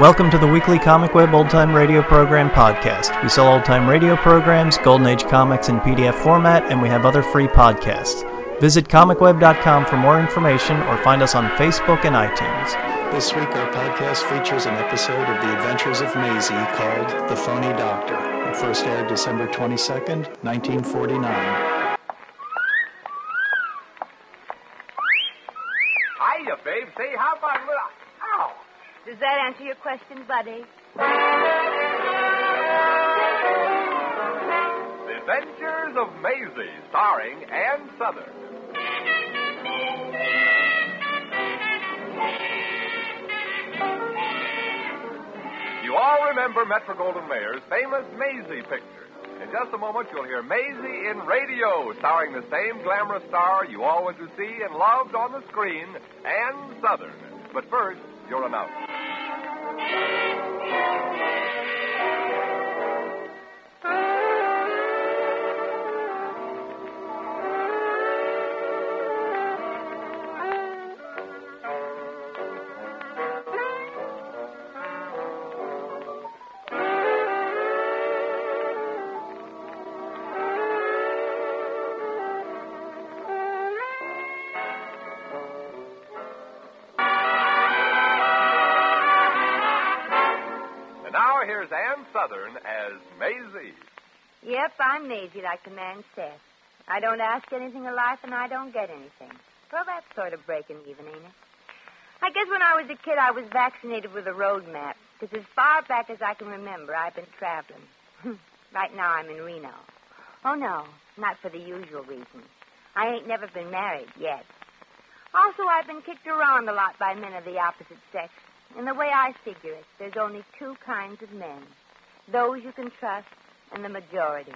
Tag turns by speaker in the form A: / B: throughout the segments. A: Welcome to the weekly Comic Web Old Time Radio Program podcast. We sell old time radio programs, Golden Age comics in PDF format, and we have other free podcasts. Visit comicweb.com for more information or find us on Facebook and iTunes.
B: This week, our podcast features an episode of The Adventures of Maisie called The Phony Doctor. It first aired December 22nd, 1949.
C: Hiya, babe. Say, how about a little... Ow!
D: Does that answer your question, Buddy?
C: The Adventures of Maisie, starring Ann Southern. You all remember Metro Goldwyn Mayer's famous Maisie picture. In just a moment, you'll hear Maisie in Radio, starring the same glamorous star you always do see and loved on the screen, Ann Southern. But first, your announcement. And now here's Ann Southern as Maisie.
D: Yep, I'm lazy, like the man said. I don't ask anything of life, and I don't get anything. Well, that's sort of breaking even, ain't it? I guess when I was a kid, I was vaccinated with a road map, because as far back as I can remember, I've been traveling. right now, I'm in Reno. Oh, no, not for the usual reason. I ain't never been married yet. Also, I've been kicked around a lot by men of the opposite sex. And the way I figure it, there's only two kinds of men those you can trust and the majority.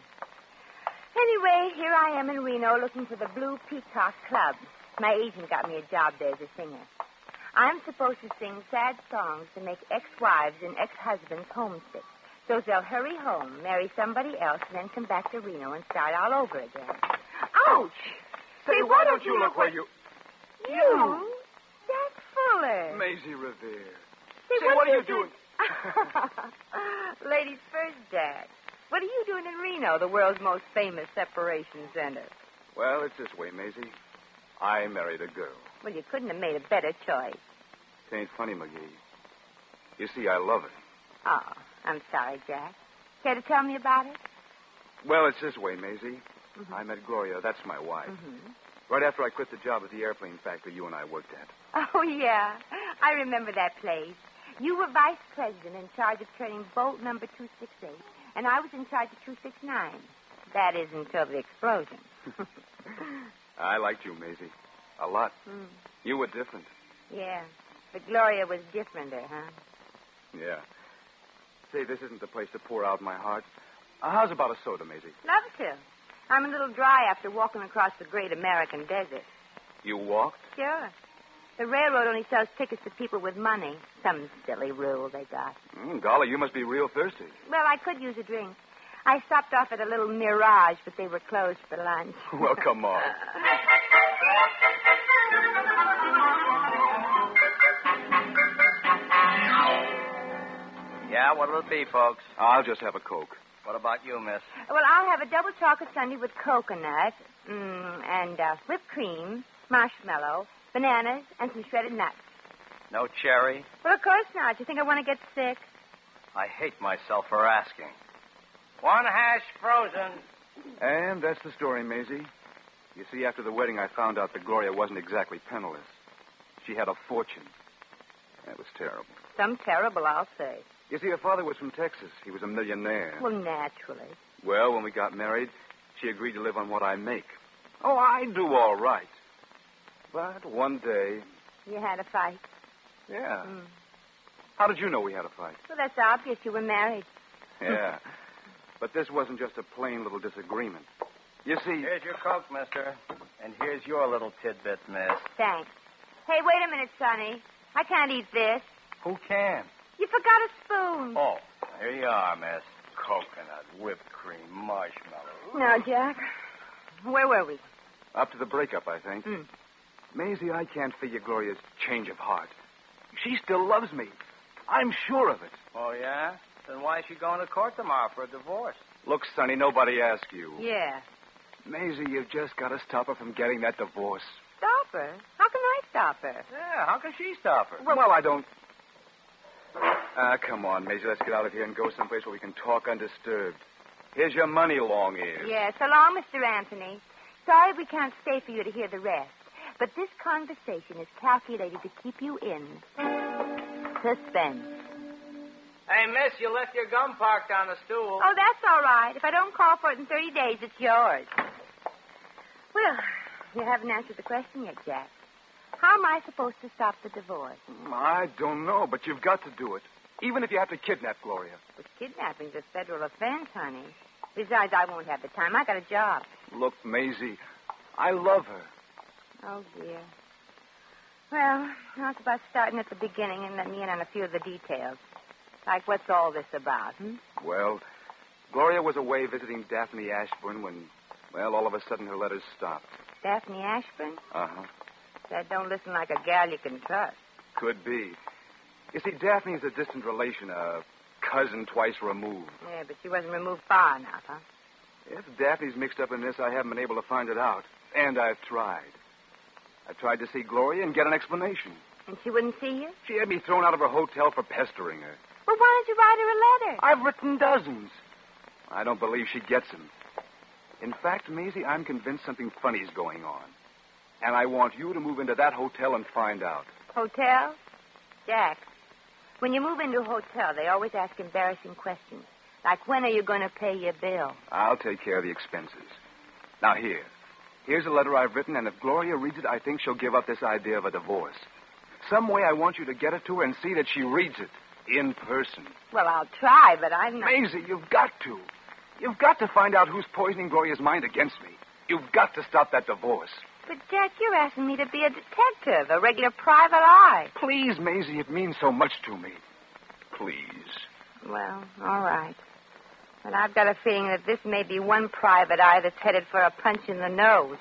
D: Anyway, here I am in Reno looking for the Blue Peacock Club. My agent got me a job there as a singer. I'm supposed to sing sad songs to make ex wives and ex husbands homesick. So they'll hurry home, marry somebody else, and then come back to Reno and start all over again. Ouch! Say,
C: why don't you look where you...
D: You? That's Fuller.
C: Maisie Revere.
D: Say,
C: Say, what are you doing?
D: Ladies first, Dad. What are you doing in Reno, the world's most famous separation center?
C: Well, it's this way, Maisie. I married a girl.
D: Well, you couldn't have made a better choice.
C: It ain't funny, McGee. You see, I love her.
D: Oh, I'm sorry, Jack. Care to tell me about it?
C: Well, it's this way, Maisie. I met Gloria. That's my wife. Right after I quit the job at the airplane factory you and I worked at.
D: Oh, yeah. I remember that place. You were vice president in charge of turning bolt number 268, and I was in charge of 269. That is until the explosion.
C: I liked you, Maisie. A lot. You were different.
D: Yeah. But Gloria was differenter, huh?
C: Yeah. Say, this isn't the place to pour out my heart. Uh, how's about a soda, Maisie?
D: Love to. I'm a little dry after walking across the great American desert.
C: You walked?
D: Sure. The railroad only sells tickets to people with money. Some silly rule they got.
C: Mm, golly, you must be real thirsty.
D: Well, I could use a drink. I stopped off at a little Mirage, but they were closed for lunch.
C: Well, come on.
E: Yeah, what'll it be, folks?
C: I'll just have a Coke.
E: What about you, miss?
D: Well, I'll have a double chocolate sundae with coconut, mm, and uh, whipped cream, marshmallow, bananas, and some shredded nuts.
E: No cherry?
D: Well, of course not. You think I want to get sick?
E: I hate myself for asking. One hash frozen.
C: And that's the story, Maisie. You see, after the wedding, I found out that Gloria wasn't exactly penniless. She had a fortune. That was terrible.
D: Some terrible, I'll say.
C: You see, her father was from Texas. He was a millionaire.
D: Well, naturally.
C: Well, when we got married, she agreed to live on what I make. Oh, I do all right. But one day,
D: You had a fight.
C: yeah.
D: Mm.
C: How did you know we had a fight?
D: Well, that's obvious. You were married.
C: Yeah. but this wasn't just a plain little disagreement. You see,
E: Here's your Coke, mister. And here's your little tidbit, miss.
D: Thanks. Hey, wait a minute, Sonny. I can't eat this.
E: Who can?
D: You forgot a spoon.
E: Oh, here you are, miss. Coconut, whipped cream, marshmallow.
D: No, Jack. Where were we?
C: up to the breakup, I think.
D: Mm.
C: Maisie, I can't figure Gloria's change of heart. She still loves me. I'm sure of it.
F: Oh, yeah? Then why is she going to court tomorrow for a divorce?
G: Look, Sonny, nobody asked you.
D: Yeah.
C: Maisie, you've just got to stop her from getting that divorce.
D: Stop her? How can I stop her?
F: Yeah, how can she stop her?
C: Well, I don't.
G: Ah, come on, Maisie. Let's get out of here and go someplace where we can talk undisturbed. Here's your money, long ears.
D: Yeah, so long, Mr. Anthony. Sorry we can't stay for you to hear the rest, but this conversation is calculated to keep you in suspense.
F: Hey, miss, you left your gun parked on the stool.
D: Oh, that's all right. If I don't call for it in 30 days, it's yours. Well, you haven't answered the question yet, Jack. How am I supposed to stop the divorce?
C: I don't know, but you've got to do it. Even if you have to kidnap Gloria.
D: Which kidnapping's a federal offense, honey. Besides, I won't have the time. I got a job.
C: Look, Maisie, I love her.
D: Oh, dear. Well, how's about starting at the beginning and let me in on a few of the details? Like, what's all this about? Hmm?
C: Well, Gloria was away visiting Daphne Ashburn when, well, all of a sudden her letters stopped.
D: Daphne Ashburn?
C: Uh huh.
D: That don't listen like a gal you can trust.
C: Could be. You see, Daphne's a distant relation, a cousin twice removed.
D: Yeah, but she wasn't removed far enough, huh?
C: If Daphne's mixed up in this, I haven't been able to find it out. And I've tried. I've tried to see Gloria and get an explanation.
D: And she wouldn't see you?
C: She had me thrown out of her hotel for pestering her.
D: Well, why don't you write her a letter?
C: I've written dozens. I don't believe she gets them. In fact, Maisie, I'm convinced something funny's going on. And I want you to move into that hotel and find out.
D: Hotel? Jack, when you move into a hotel, they always ask embarrassing questions. Like, when are you going to pay your bill?
C: I'll take care of the expenses. Now, here. Here's a letter I've written, and if Gloria reads it, I think she'll give up this idea of a divorce. Some way I want you to get it to her and see that she reads it in person.
D: Well, I'll try, but I'm not.
C: Maisie, you've got to. You've got to find out who's poisoning Gloria's mind against me. You've got to stop that divorce.
D: But, Jack, you're asking me to be a detective, a regular private eye.
C: Please, Maisie, it means so much to me. Please.
D: Well, all right. But I've got a feeling that this may be one private eye that's headed for a punch in the nose.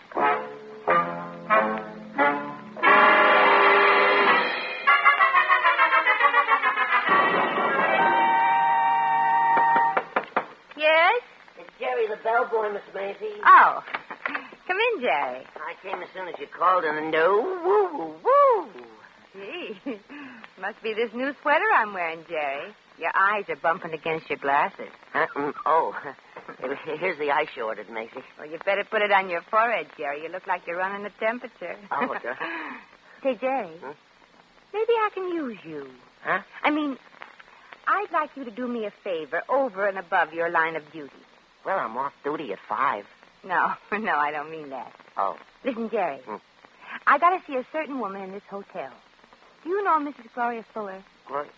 D: Yes?
H: It's Jerry, the bellboy, Miss Maisie.
D: Oh. Come in, Jerry.
H: I came as soon as you called, and no, woo, woo.
D: Gee. Must be this new sweater I'm wearing, Jerry. Your eyes are bumping against your glasses.
H: Uh, mm, oh, here's the ice you ordered, Maisie.
D: Well, you better put it on your forehead, Jerry. You look like you're running a temperature.
H: Oh, it does.
D: Say, Jerry,
H: Huh?
D: maybe I can use you.
H: Huh?
D: I mean, I'd like you to do me a favor over and above your line of duty.
H: Well, I'm off duty at five.
D: No, no, I don't mean that.
H: Oh,
D: Listen, Jerry,
H: Hmm.
D: I got to see a certain woman in this hotel. Do you know Mrs. Gloria Fuller?
H: Gloria.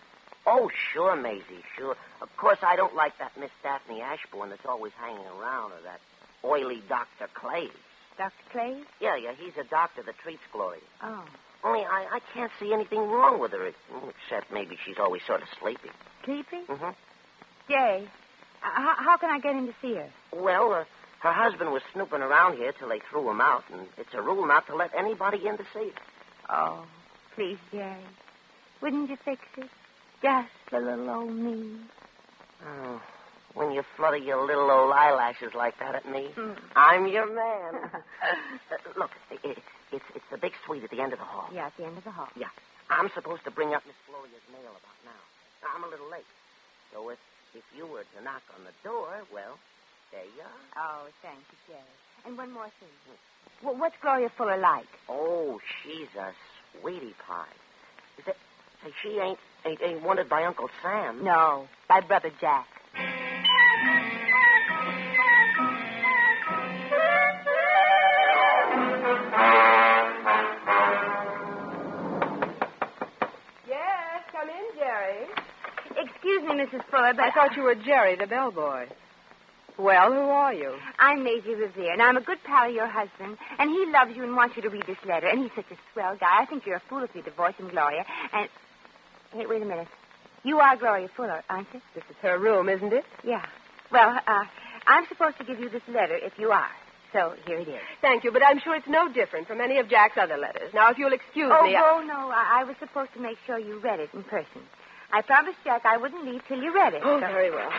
H: Oh, sure, Maisie, sure. Of course, I don't like that Miss Daphne Ashbourne that's always hanging around, or that oily Dr. Clay.
D: Dr. Clay?
H: Yeah, yeah, he's a doctor that treats Gloria.
D: Oh.
H: Only I, I can't see anything wrong with her, except maybe she's always sort of sleepy.
D: Sleepy?
H: Mm-hmm.
D: Jerry, h- how, how can I get in to see her?
H: Well, uh, her husband was snooping around here till they threw him out, and it's a rule not to let anybody in to see her.
D: Oh, please, Jerry. Wouldn't you fix it? Just a little old me.
H: Oh, when you flutter your little old eyelashes like that at me,
D: Mm.
H: I'm your man. Uh, look, i- i- it's, it's the big suite at the end of the hall.
D: Yeah, at the end of the hall.
H: Yeah. I'm supposed to bring up Miss Gloria's mail about now. I'm a little late. So if, if you were to knock on the door, well, there you are.
D: Oh, thank you, Jerry. And one more thing. Wh- what's Gloria Fuller like?
H: Oh, she's a sweetie pie. Is it, say, she ain't, ain't ain't wanted by Uncle Sam.
D: No, by Brother Jack.
E: Yes, come in, Jerry.
D: Excuse me, Mrs. Fuller, but
E: I thought you were Jerry, the bellboy. Well, who are you?
D: I'm Maisie Revere, and I'm a good pal of your husband, and he loves you and wants you to read this letter, and he's such a swell guy. I think you're a fool if you divorce him, Gloria. And hey, wait a minute. You are Gloria Fuller, aren't you?
E: This is her room, isn't it?
D: Yeah. Well, uh, I'm supposed to give you this letter if you are. So here it is.
E: Thank you, but I'm sure it's no different from any of Jack's other letters. Now, if you'll excuse
D: oh
E: me. I-
D: no, no, I, I was supposed to make sure you read it in person. I promised Jack I wouldn't leave till you read it.
E: Oh,
D: so-
E: very well.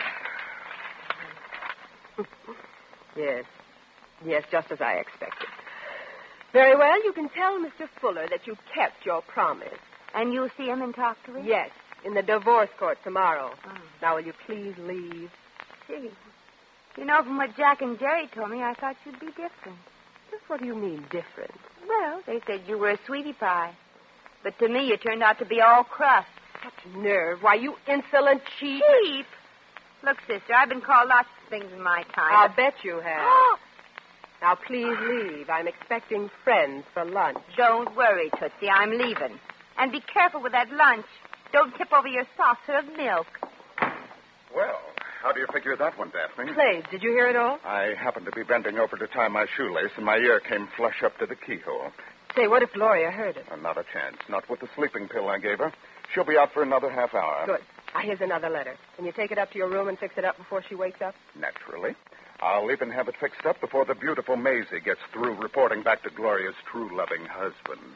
E: yes. Yes, just as I expected. Very well, you can tell Mr. Fuller that you kept your promise.
D: And you'll see him and talk to him?
E: Yes, in the divorce court tomorrow.
D: Oh,
E: Now, will you please leave?
D: gee. You know, from what Jack and Jerry told me, I thought you'd be different.
E: Just what do you mean, different?
D: Well, they said you were a sweetie pie. But to me, you turned out to be all crust.
E: Such nerve. Why, you insolent cheat.
D: Cheap. Look, sister, I've been called lots of things in my
E: I'll
D: time. Oh,
E: bet you have. now, please leave. I'm expecting friends for lunch.
D: Don't worry, Tootsie. I'm leaving. And be careful with that lunch. Don't tip over your saucer of milk.
C: Well, how do you figure that one, Daphne?
E: Clay, did you hear it all?
C: I happened to be bending over to tie my shoelace, and my ear came flush up to the keyhole.
E: Say, what if Gloria heard it?
C: Uh, Not a chance. Not with the sleeping pill I gave her. She'll be out for another half hour.
E: Good. Ah, here's another letter. Can you take it up to your room and fix it up before she wakes up?
C: Naturally. I'll even have it fixed up before the beautiful Maisie gets through reporting back to Gloria's true loving husband.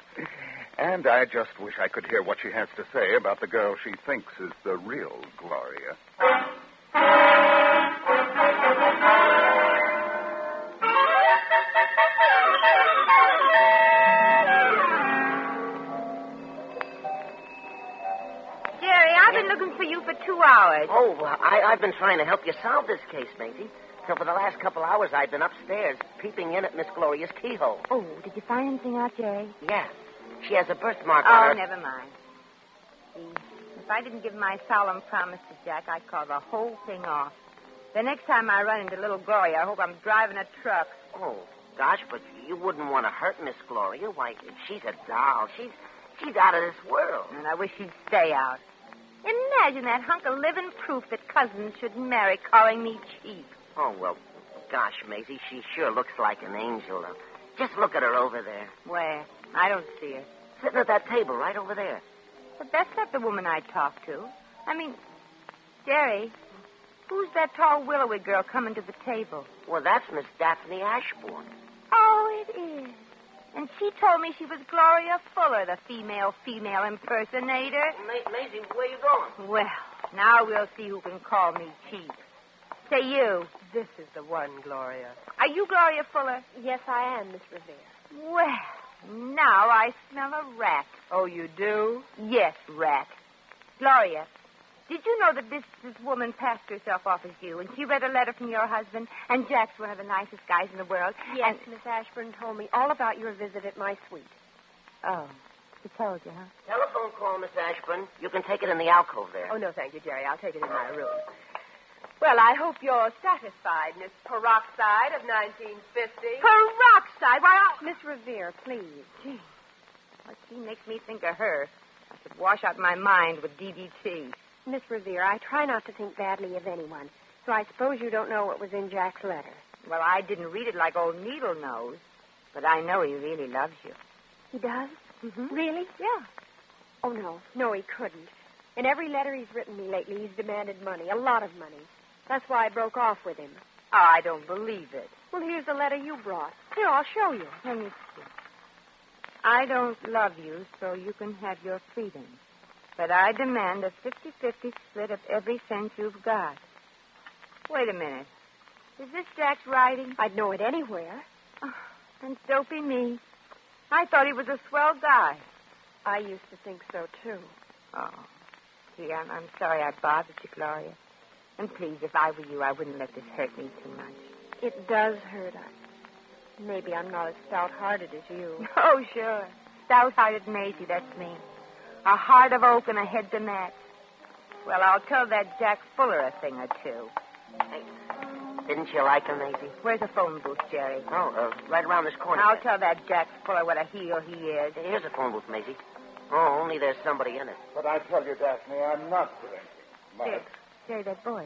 C: and I just wish I could hear what she has to say about the girl she thinks is the real Gloria.
D: Jerry, I've been looking for you for two hours.
H: Oh, well, I, I've been trying to help you solve this case, Maisie. So for the last couple hours, I've been upstairs, peeping in at Miss Gloria's keyhole.
D: Oh, did you find anything out, Jerry?
H: Yeah. She has a birthmark on
D: Oh,
H: her.
D: never mind. See, if I didn't give my solemn promise to Jack, I'd call the whole thing off. The next time I run into little Gloria, I hope I'm driving a truck.
H: Oh, gosh, but you wouldn't want to hurt Miss Gloria. Why, she's a doll. She's she's out of this world.
D: And I wish she'd stay out. Imagine that hunk of living proof that cousins shouldn't marry calling me cheap.
H: Oh, well, gosh, Maisie, she sure looks like an angel. Just look at her over there.
D: Where? I don't see her.
H: Sitting at that table right over there.
D: But that's not the woman I talked to. I mean, Jerry, who's that tall willowy girl coming to the table?
H: Well, that's Miss Daphne Ashbourne.
D: Oh, it is. And she told me she was Gloria Fuller, the female female impersonator.
H: Ma- Maisie, where you going?
D: Well, now we'll see who can call me cheap. Say you,
E: This is the one, Gloria.
D: are you Gloria Fuller?
I: Yes, I am, Miss Revere.
D: Well, now I smell a rat.
E: Oh, you do?
D: Yes, rat. Gloria, did you know that this, this woman passed herself off as you, and she read a letter from your husband, and Jack's one of the nicest guys in the world?
I: Yes, Miss Ashburn told me all about your visit at my suite.
D: Oh, she told you, huh?
H: Telephone call, Miss Ashburn. You can take it in the alcove there.
E: Oh, no, thank you, Jerry. I'll take it in my room. Well, I hope you're satisfied, Miss Peroxide of 1950.
D: Peroxide, why, I...
I: Miss Revere, please.
D: Gee, what she makes me think of her. I should wash out my mind with DDT.
I: Miss Revere, I try not to think badly of anyone, so I suppose you don't know what was in Jack's letter.
D: Well, I didn't read it like old Needle knows, but I know he really loves you.
I: He does?
D: Mm-hmm.
I: Really?
D: Yeah.
I: Oh, no. No, he couldn't. In every letter he's written me lately, he's demanded money, a lot of money. That's why I broke off with him.
D: Oh, I don't believe it.
I: Well, here's the letter you brought. Here, I'll show you.
D: Let me see. I don't love you, so you can have your freedom. But I demand a 50-50 split of every cent you've got. Wait a minute. Is this Jack's writing?
I: I'd know it anywhere.
D: Oh, and dopey me. I thought he was a swell guy.
I: I used to think so, too.
D: Oh. Gee, I'm, I'm sorry I bothered you, Gloria. And please, if I were you, I wouldn't let this hurt me too much.
I: It does hurt us. Maybe I'm not as stout-hearted as you.
D: Oh, sure. Stout-hearted Maisie, that's me. A heart of oak and a head to match. Well, I'll tell that Jack Fuller a thing or two.
H: Didn't you like her, Maisie?
D: Where's the phone booth, Jerry?
H: Oh, uh, right around this corner.
D: I'll tell that Jack Fuller what a heel he is.
H: Here's a phone booth, Maisie. Oh, only there's somebody in it.
C: But I tell you, Daphne, I'm not drinking.
D: Jerry, Jerry, that boy.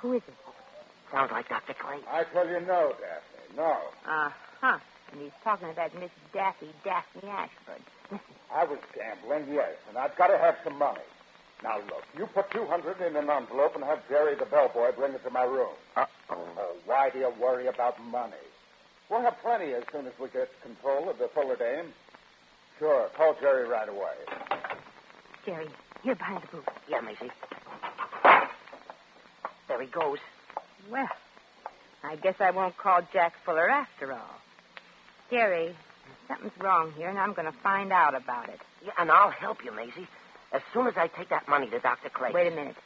D: Who is it?
H: Sounds like Dr. Clay.
C: I tell you no, Daphne, no.
D: Uh-huh. And he's talking about Miss Daffy, Daphne Ashford.
C: I was gambling, yes, and I've got to have some money. Now, look, you put 200 in an envelope and have Jerry the bellboy bring it to my room. Uh-oh. Why do you worry about money? We'll have plenty as soon as we get control of the Fuller Dame. Sure, call Jerry right away.
D: Jerry, Here, behind the booth.
H: Yeah, Maisie. There he goes.
D: Well, I guess I won't call Jack Fuller after all. Jerry, something's wrong here, and I'm going to find out about it.
H: Yeah, and I'll help you, Maisie. As soon as I take that money to Dr. Clay.
D: Wait a minute.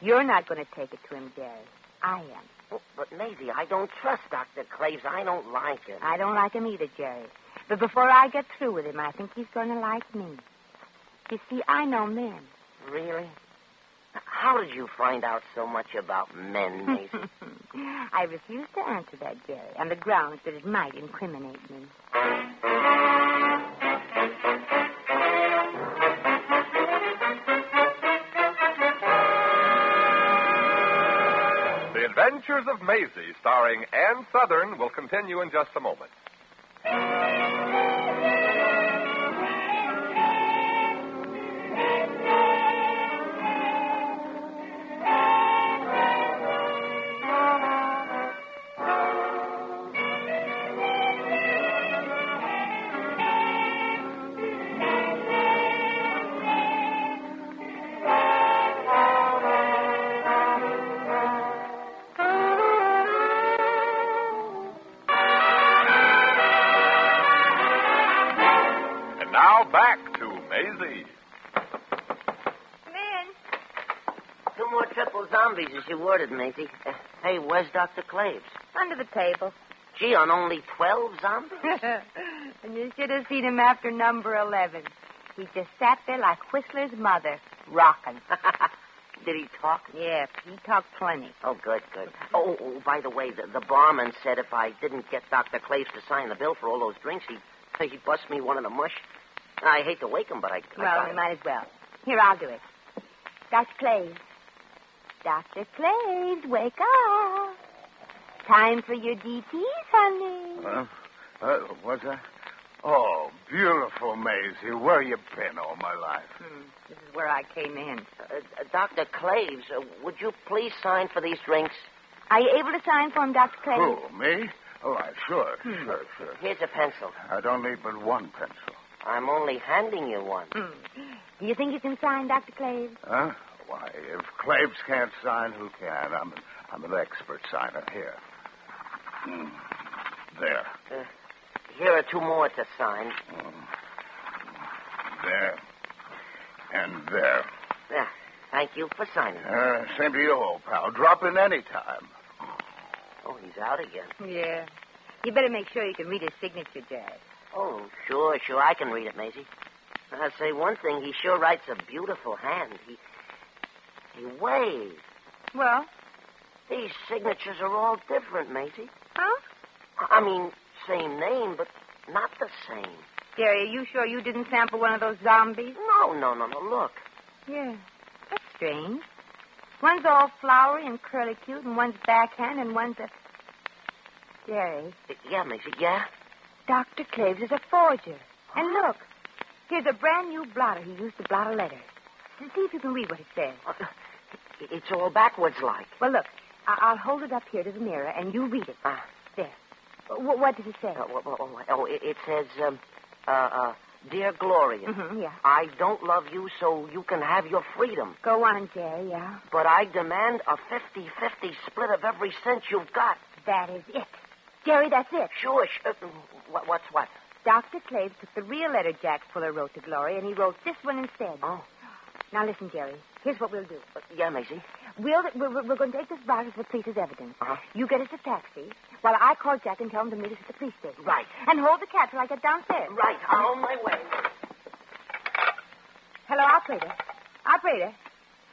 D: You're not going to take it to him, Jerry. I am.
H: Oh, but Maisie, I don't trust Dr. Claves. I don't like him.
D: I don't like him either, Jerry. But before I get through with him, I think he's going to like me. You see, I know men.
H: Uh, Really? H- How did you find out so much about men, Maisie?
D: I refuse to answer that, Jerry, on the grounds that it might incriminate me.
J: The Adventures of Maisie, starring Ann Southern, will continue in just a moment. And now back to Maisie.
D: Come in.
H: Two more triple zombies, as you worded, Maisie. Uh, Hey, where's Dr. Claves?
D: Under the table.
H: Gee, on only 12 zombies?
D: and you should have seen him after number 11. He just sat there like Whistler's mother, rocking.
H: Did he talk?
D: Yeah, he talked plenty.
H: Oh, good, good. Oh, oh, by the way, the, the barman said if I didn't get Dr. Claves to sign the bill for all those drinks, he'd, he'd bust me one of the mush. I hate to wake him, but I, I
D: well,
H: got
D: we
H: it.
D: might as well. Here, I'll do it. Dr. Claves. Dr. Claves, wake up. Time for your DTs, honey.
C: Huh? Uh, what's that? Oh, beautiful Maisie. Where you been all my life?
D: Hmm, this is where I came in.
H: Uh, uh, Dr. Claves, uh, would you please sign for these drinks?
D: Are you able to sign for him, Dr. Claves?
C: Who, me? Oh, All right, sure, sure, sure.
H: Here's a pencil.
C: I don't need but one pencil.
H: I'm only handing you one.
D: Hmm. Do you think you can sign, Dr. Claves?
C: Huh? Why, if Claves can't sign, who can? I'm an, I'm an expert signer here. Mm. There,
H: Here are two more to sign.
C: there, and there.
H: Yeah, thank you for signing.
C: Uh, same to you, old pal. Drop in any time.
H: Oh, he's out again.
D: Yeah. You better make sure you can read his signature, Jerry.
H: Oh, sure, sure. I can read it, Maisie. I'll say one thing. He sure writes a beautiful hand. He, he waves.
D: Well,
H: These signatures are all different, Maisie.
D: huh?
H: I mean, same name, but not the same.
D: Jerry, are you sure you didn't sample one of those zombies?
H: No, no, no, no. Look.
D: Yeah. That's strange. One's all flowery and curly cute, and one's backhand, and one's a. Jerry,
H: Yeah, Maisie. Yeah.
D: Dr. Claves is a forger. And look, here's a brand new blotter he used to blot a letter. See if you can read what it says.
H: Uh, It's all backwards like.
D: Well, look, I- I'll hold it up here to the mirror, and you read it.
H: Ah.
D: There. W- what does it say?
H: Uh, oh, oh, oh, oh, it, it says, um, uh, uh, dear Gloria,
D: Mm-hmm, yeah.
H: I don't love you, so you can have your freedom.
D: Go on, Jerry, yeah.
H: But I demand a 50 50 split of every cent you've got.
D: That is it. Jerry, that's it.
H: Sure, sure.
E: uh,
H: What, what's what?
D: Dr. Claves took the real letter Jack Fuller wrote to Gloria, and he wrote this one instead.
H: Oh.
D: Now, listen, Jerry. Here's what we'll do.
H: Yeah, Maisie.
D: We'll, we're, we're going to take this blotter for police as evidence.
H: Uh-huh.
D: You get us a taxi, while I call Jack and tell him to meet us at the police station.
H: Right.
D: And hold the cab till I get downstairs.
H: Right, I'm on my way.
D: Hello, operator. Operator.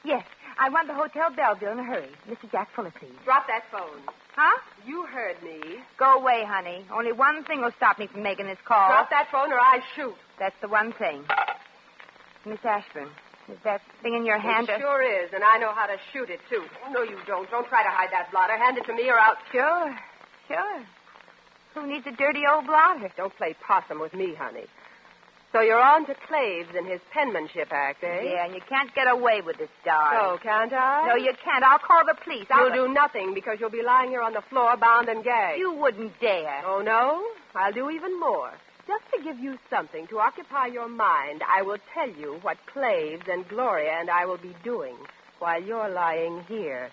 D: Yes, I want the Hotel Belleville in a hurry. Mr. Jack Fuller, please.
E: Drop that phone.
D: Huh?
E: You heard me.
D: Go away, honey. Only one thing will stop me from making this call.
E: Drop that phone or I shoot.
D: That's the one thing. Miss Ashburn, is that thing in your hand?
E: it
D: a-
E: sure is, and I know how to shoot it, too. No, you don't. Don't try to hide that blotter. Hand it to me or I'll...
D: Sure, sure. Who needs a dirty old blotter?
E: Don't play possum with me, honey. So you're on to Claves and his penmanship act, eh?
D: Yeah, and you can't get away with this, darling.
E: So, can't I?
D: No, you can't. I'll call the police. I'll...
E: You'll do nothing because you'll be lying here on the floor bound and gagged.
D: You wouldn't dare.
E: Oh, no? I'll do even more. Just to give you something to occupy your mind, I will tell you what Claves and Gloria and I will be doing while you're lying here.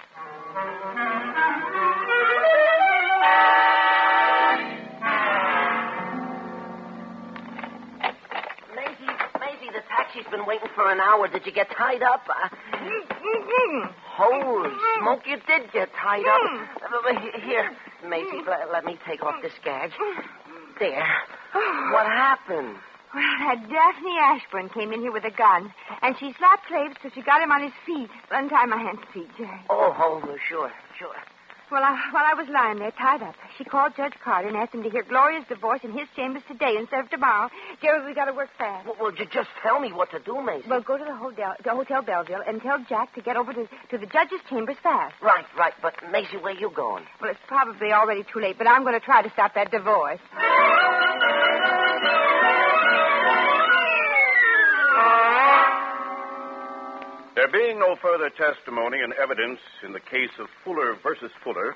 H: Maisie, Maisie, the taxi's been waiting for an hour. Did you get tied up? Uh, holy
E: Mm.
H: smoke, you did get tied up. Uh, he- Here,
E: Mm.
H: Maisie, let, let me take off this gag. There. What happened?
D: Well, that uh, Daphne Ashburn came in here with a gun, and she slapped Claves till she got him on his feet. Untie my hands, and feet, Jerry.
H: Oh, oh, sure, sure.
D: Well, I, while I was lying there tied up, she called Judge Carter and asked him to hear Gloria's divorce in his chambers today instead of tomorrow. Jerry, we got to work fast.
H: Well, well, you just tell me what to do, Maisie.
D: Well, go to the hotel, the hotel Belleville and tell Jack to get over to, to the judge's chambers fast.
H: Right, right, but Maisie, where you going?
D: Well, it's probably already too late, but I'm going to try to stop that divorce.
C: There being no further testimony and evidence in the case of Fuller versus Fuller,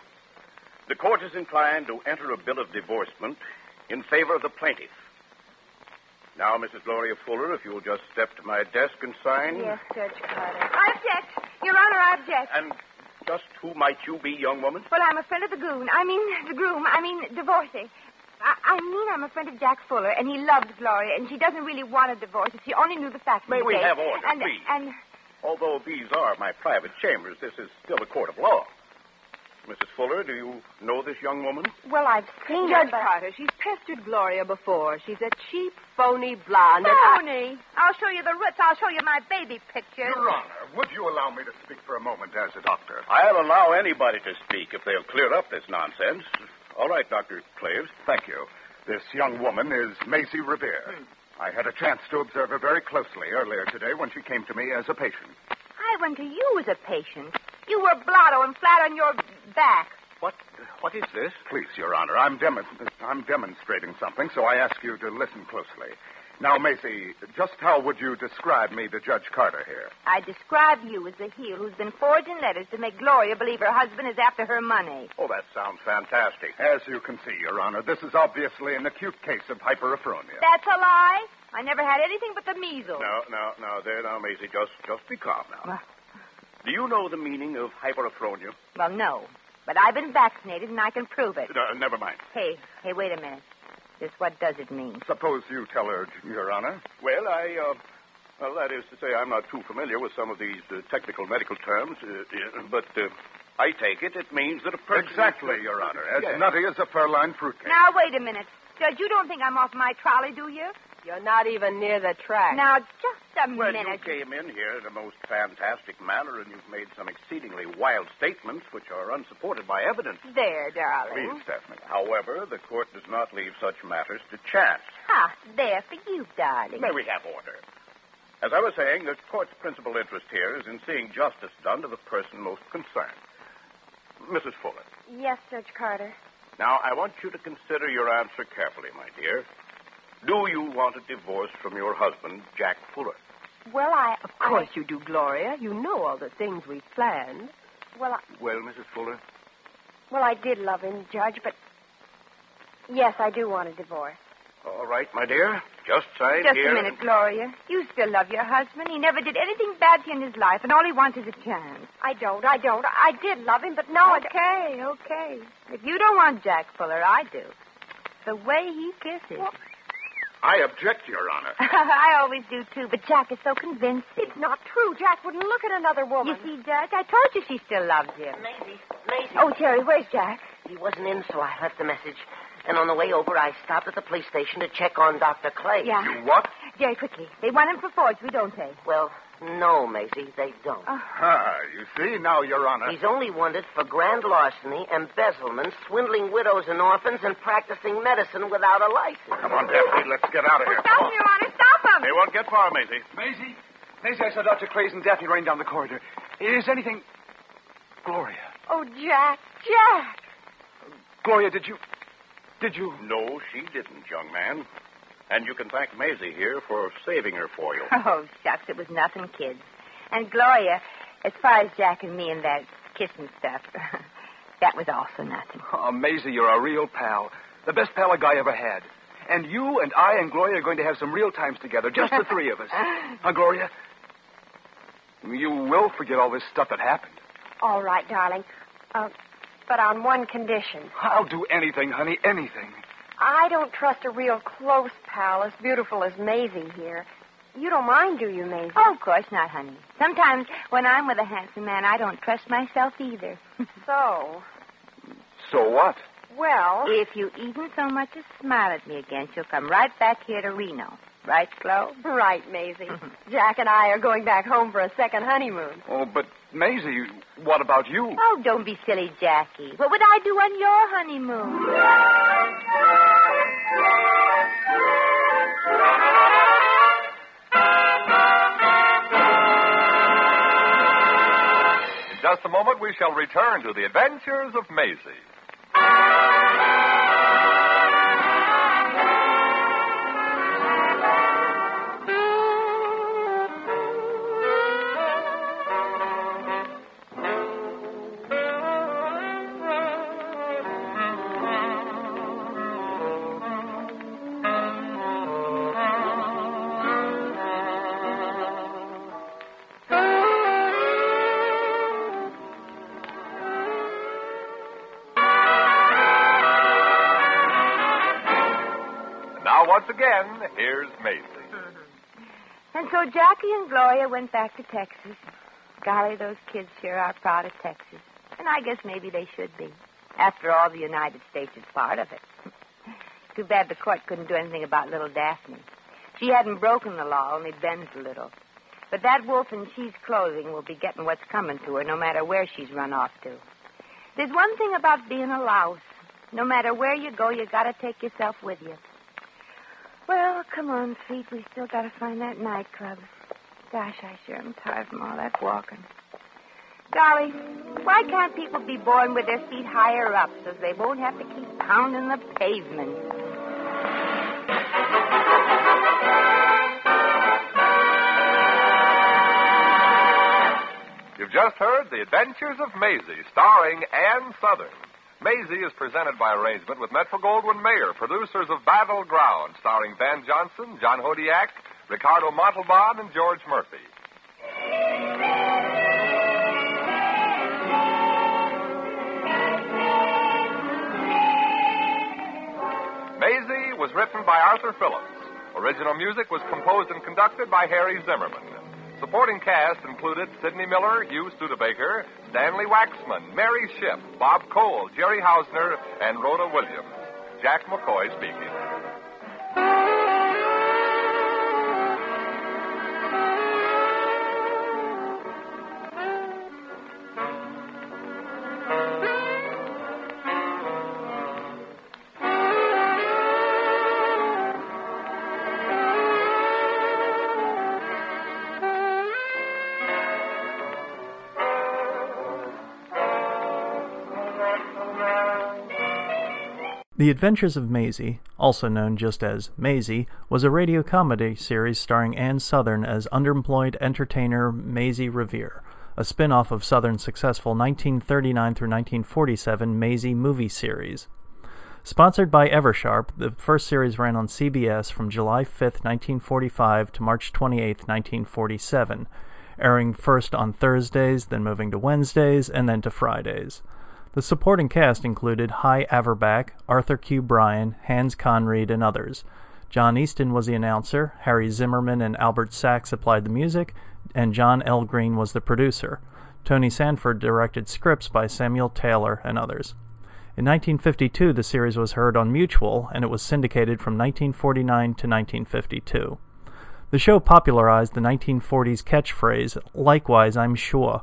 C: the court is inclined to enter a bill of divorcement in favor of the plaintiff. Now, Mrs. Gloria Fuller, if you'll just step to my desk and sign.
I: Yes, Judge Carter.
D: I object. Your Honor, I object.
C: And just who might you be, young woman?
D: Well, I'm a friend of the goon. I mean, the groom. I mean, divorcee. I, I mean, I'm a friend of Jack Fuller, and he loves Gloria, and she doesn't really want a divorce. If she only knew the fact.
C: May
D: of the
C: we
D: case.
C: have order,
D: and,
C: please?
D: And
C: Although these are my private chambers, this is still a court of law. Mrs. Fuller, do you know this young woman?
D: well, I've seen
E: Judge
D: her, but...
E: Carter, uh, she's pestered Gloria before. She's a cheap, phony blonde. and
H: Ah,
E: I-
D: Tony, I'll show you the roots. I'll show you my baby pictures.
K: Your Honor, would you allow me to speak for a moment as a doctor?
C: I'll allow anybody to speak if they'll clear up this nonsense. All right, Dr. Claves.
K: Thank you. This young woman is Maisie Revere. I had a chance to observe her very closely earlier today when she came to me as a patient.
D: I went to you as a patient. You were blotto and flat on your back.
C: What, what is this?
K: Please, Your Honor, I'm, dem- I'm demonstrating something, so I ask you to listen closely. Now, Maisie, just how would you describe me to Judge Carter here?
D: I describe you as the heel who's been forging letters to make Gloria believe her husband is after her money.
C: Oh, that sounds fantastic.
K: As you can see, Your Honor, this is obviously an acute case of hyperophronia.
D: That's a lie. I never had anything but the measles.
C: Now, now, now, there, now, Maisie, just, just be calm now.
D: What?
C: Do you know the meaning of hyperophronia?
D: Well, no. But I've been vaccinated and I can prove it.
C: No, never mind.
D: Hey, hey, wait a minute. Just what does it mean?
K: Suppose you tell her, Your Honor.
C: Well, I, uh, well, that is to say, I'm not too familiar with some of these uh, technical medical terms, uh, uh, but uh, I take it it means that a person.
K: Exactly, Your Honor. As
C: Yes.
K: nutty as a fur-lined fruitcake.
D: Now, wait a minute. Judge, you don't think I'm off my trolley, do you?
E: You're not even near the track.
D: Now, just a
C: Well,
D: minute.
C: you came in here in a most fantastic manner, and you've made some exceedingly wild statements which are unsupported by evidence.
D: There, darling.
K: Please, Stephanie.
C: However, the court does not leave such matters to chance.
D: Ah, there for you, darling.
C: May we have order? As I was saying, the court's principal interest here is in seeing justice done to the person most concerned. Mrs. Fuller,
I: Yes, Judge Carter.
C: now I want you to consider your answer carefully, my dear. Do you want a divorce from your husband, Jack Fuller?
I: Well, I.
E: Of course you do, Gloria. You know all the things we planned.
I: Well, I,
C: Well, Mrs. Fuller,
I: well, I did love him, Judge, but. Yes, I do want a divorce.
C: all right, my dear. Just sign
D: Just
C: here.
D: a minute, Gloria. You still love your husband. He never did anything bad to you in his life, and all he wants is a chance.
I: I don't. I don't. I did love him, but now I.
D: Okay, okay. If you don't want Jack Fuller, I do. The way he kisses.
C: I object, Your Honor.
D: I always do, too, but Jack is so convincing.
I: It's not true. Jack wouldn't look at another
D: You
I: woman.
D: see, Judge, I told you she still loves you.
H: Maisie, Maisie.
D: Oh, Jerry, where's Jack?
H: He wasn't in, so I left a message. And on the way over, I stopped at the police station to check on Dr. Clay.
D: Yeah.
C: What?
D: Jerry, quickly. They want him for forgery, don't they?
H: Well, no, Maisie, they don't.
K: Ah, you see? Now, Your Honor.
H: He's only wanted for grand larceny, embezzlement, swindling widows and orphans, and practicing medicine without a license.
C: Come on, Daphne, let's get out of here.
D: Stop him, Your Honor. Stop
C: They
D: him.
C: won't get far, Maisie.
K: Maisie, Maisie, I saw Dr. Clays and Daphne running down the corridor. Is anything. Gloria.
I: Oh, Jack. Jack.
K: Gloria, did you. Did you.
C: No, she didn't, young man. And you can thank Maisie here for saving her for you.
D: Oh, shucks. It was nothing, kids. And Gloria, as far as Jack and me and that kissing stuff, that was also nothing. Oh.
K: Oh, Maisie, you're a real pal. The best pal a guy ever had.
L: And you and I and Gloria are going to have some real times together, just the three of us. Huh, Gloria? You will forget all this stuff that happened.
I: All right, darling. Uh, but on one condition.
L: I'll do anything, honey, anything.
I: I don't trust a real close pal as beautiful as Maisie here. You don't mind, do you, Maisie?
D: Oh, of course not, honey. Sometimes when I'm with a handsome man, I don't trust myself either.
I: so.
L: So what?
I: Well.
D: If you even so much as smile at me again, she'll come right back here to Reno. Right, Flo?
I: Right, Maisie. Jack and I are going back home for a second honeymoon.
L: Oh, but Maisie, what about you?
D: Oh, don't be silly, Jackie. What would I do on your honeymoon?
C: In just a moment, we shall return to the adventures of Maisie. And now, once again, here's Maisie.
D: And so Jackie and Gloria went back to Texas. Golly, those kids sure are proud of Texas. And I guess maybe they should be. After all, the United States is part of it. Too bad the court couldn't do anything about little Daphne. She hadn't broken the law, only bends a little. But that wolf in she's clothing will be getting what's coming to her, no matter where she's run off to. There's one thing about being a louse. No matter where you go, you gotta take yourself with you. Well, come on, sweet. We still gotta find that nightclub. Gosh, I sure am tired from all that walking. Golly, why can't people be born with their feet higher up so they won't have to keep pounding the pavement?
C: You've just heard The Adventures of Maisie, starring Ann Southern. Maisie is presented by arrangement with Metro Goldwyn Mayer, producers of Battleground, starring Van Johnson, John Hodiak, Ricardo Montalban, and George Murphy. Maisie was written by Arthur Phillips. Original music was composed and conducted by Harry Zimmerman. Supporting cast included Sidney Miller, Hugh Studebaker, Stanley Waxman, Mary Ship, Bob Cole, Jerry Hausner, and Rhoda Williams. Jack McCoy speaking.
A: The Adventures of Maisie, also known just as Maisie, was a radio comedy series starring Ann Southern as underemployed entertainer Maisie Revere, a spin off of Southern's successful 1939 through 1947 Maisie movie series. Sponsored by Eversharp, the first series ran on CBS from July 5, 1945 to March 28, 1947, airing first on Thursdays, then moving to Wednesdays, and then to Fridays. The supporting cast included High Averback, Arthur Q. Bryan, Hans Conried, and others. John Easton was the announcer, Harry Zimmerman and Albert Sachs applied the music, and John L. Green was the producer. Tony Sanford directed scripts by Samuel Taylor and others. In 1952, the series was heard on Mutual, and it was syndicated from 1949 to 1952. The show popularized the 1940s catchphrase, likewise, I'm sure.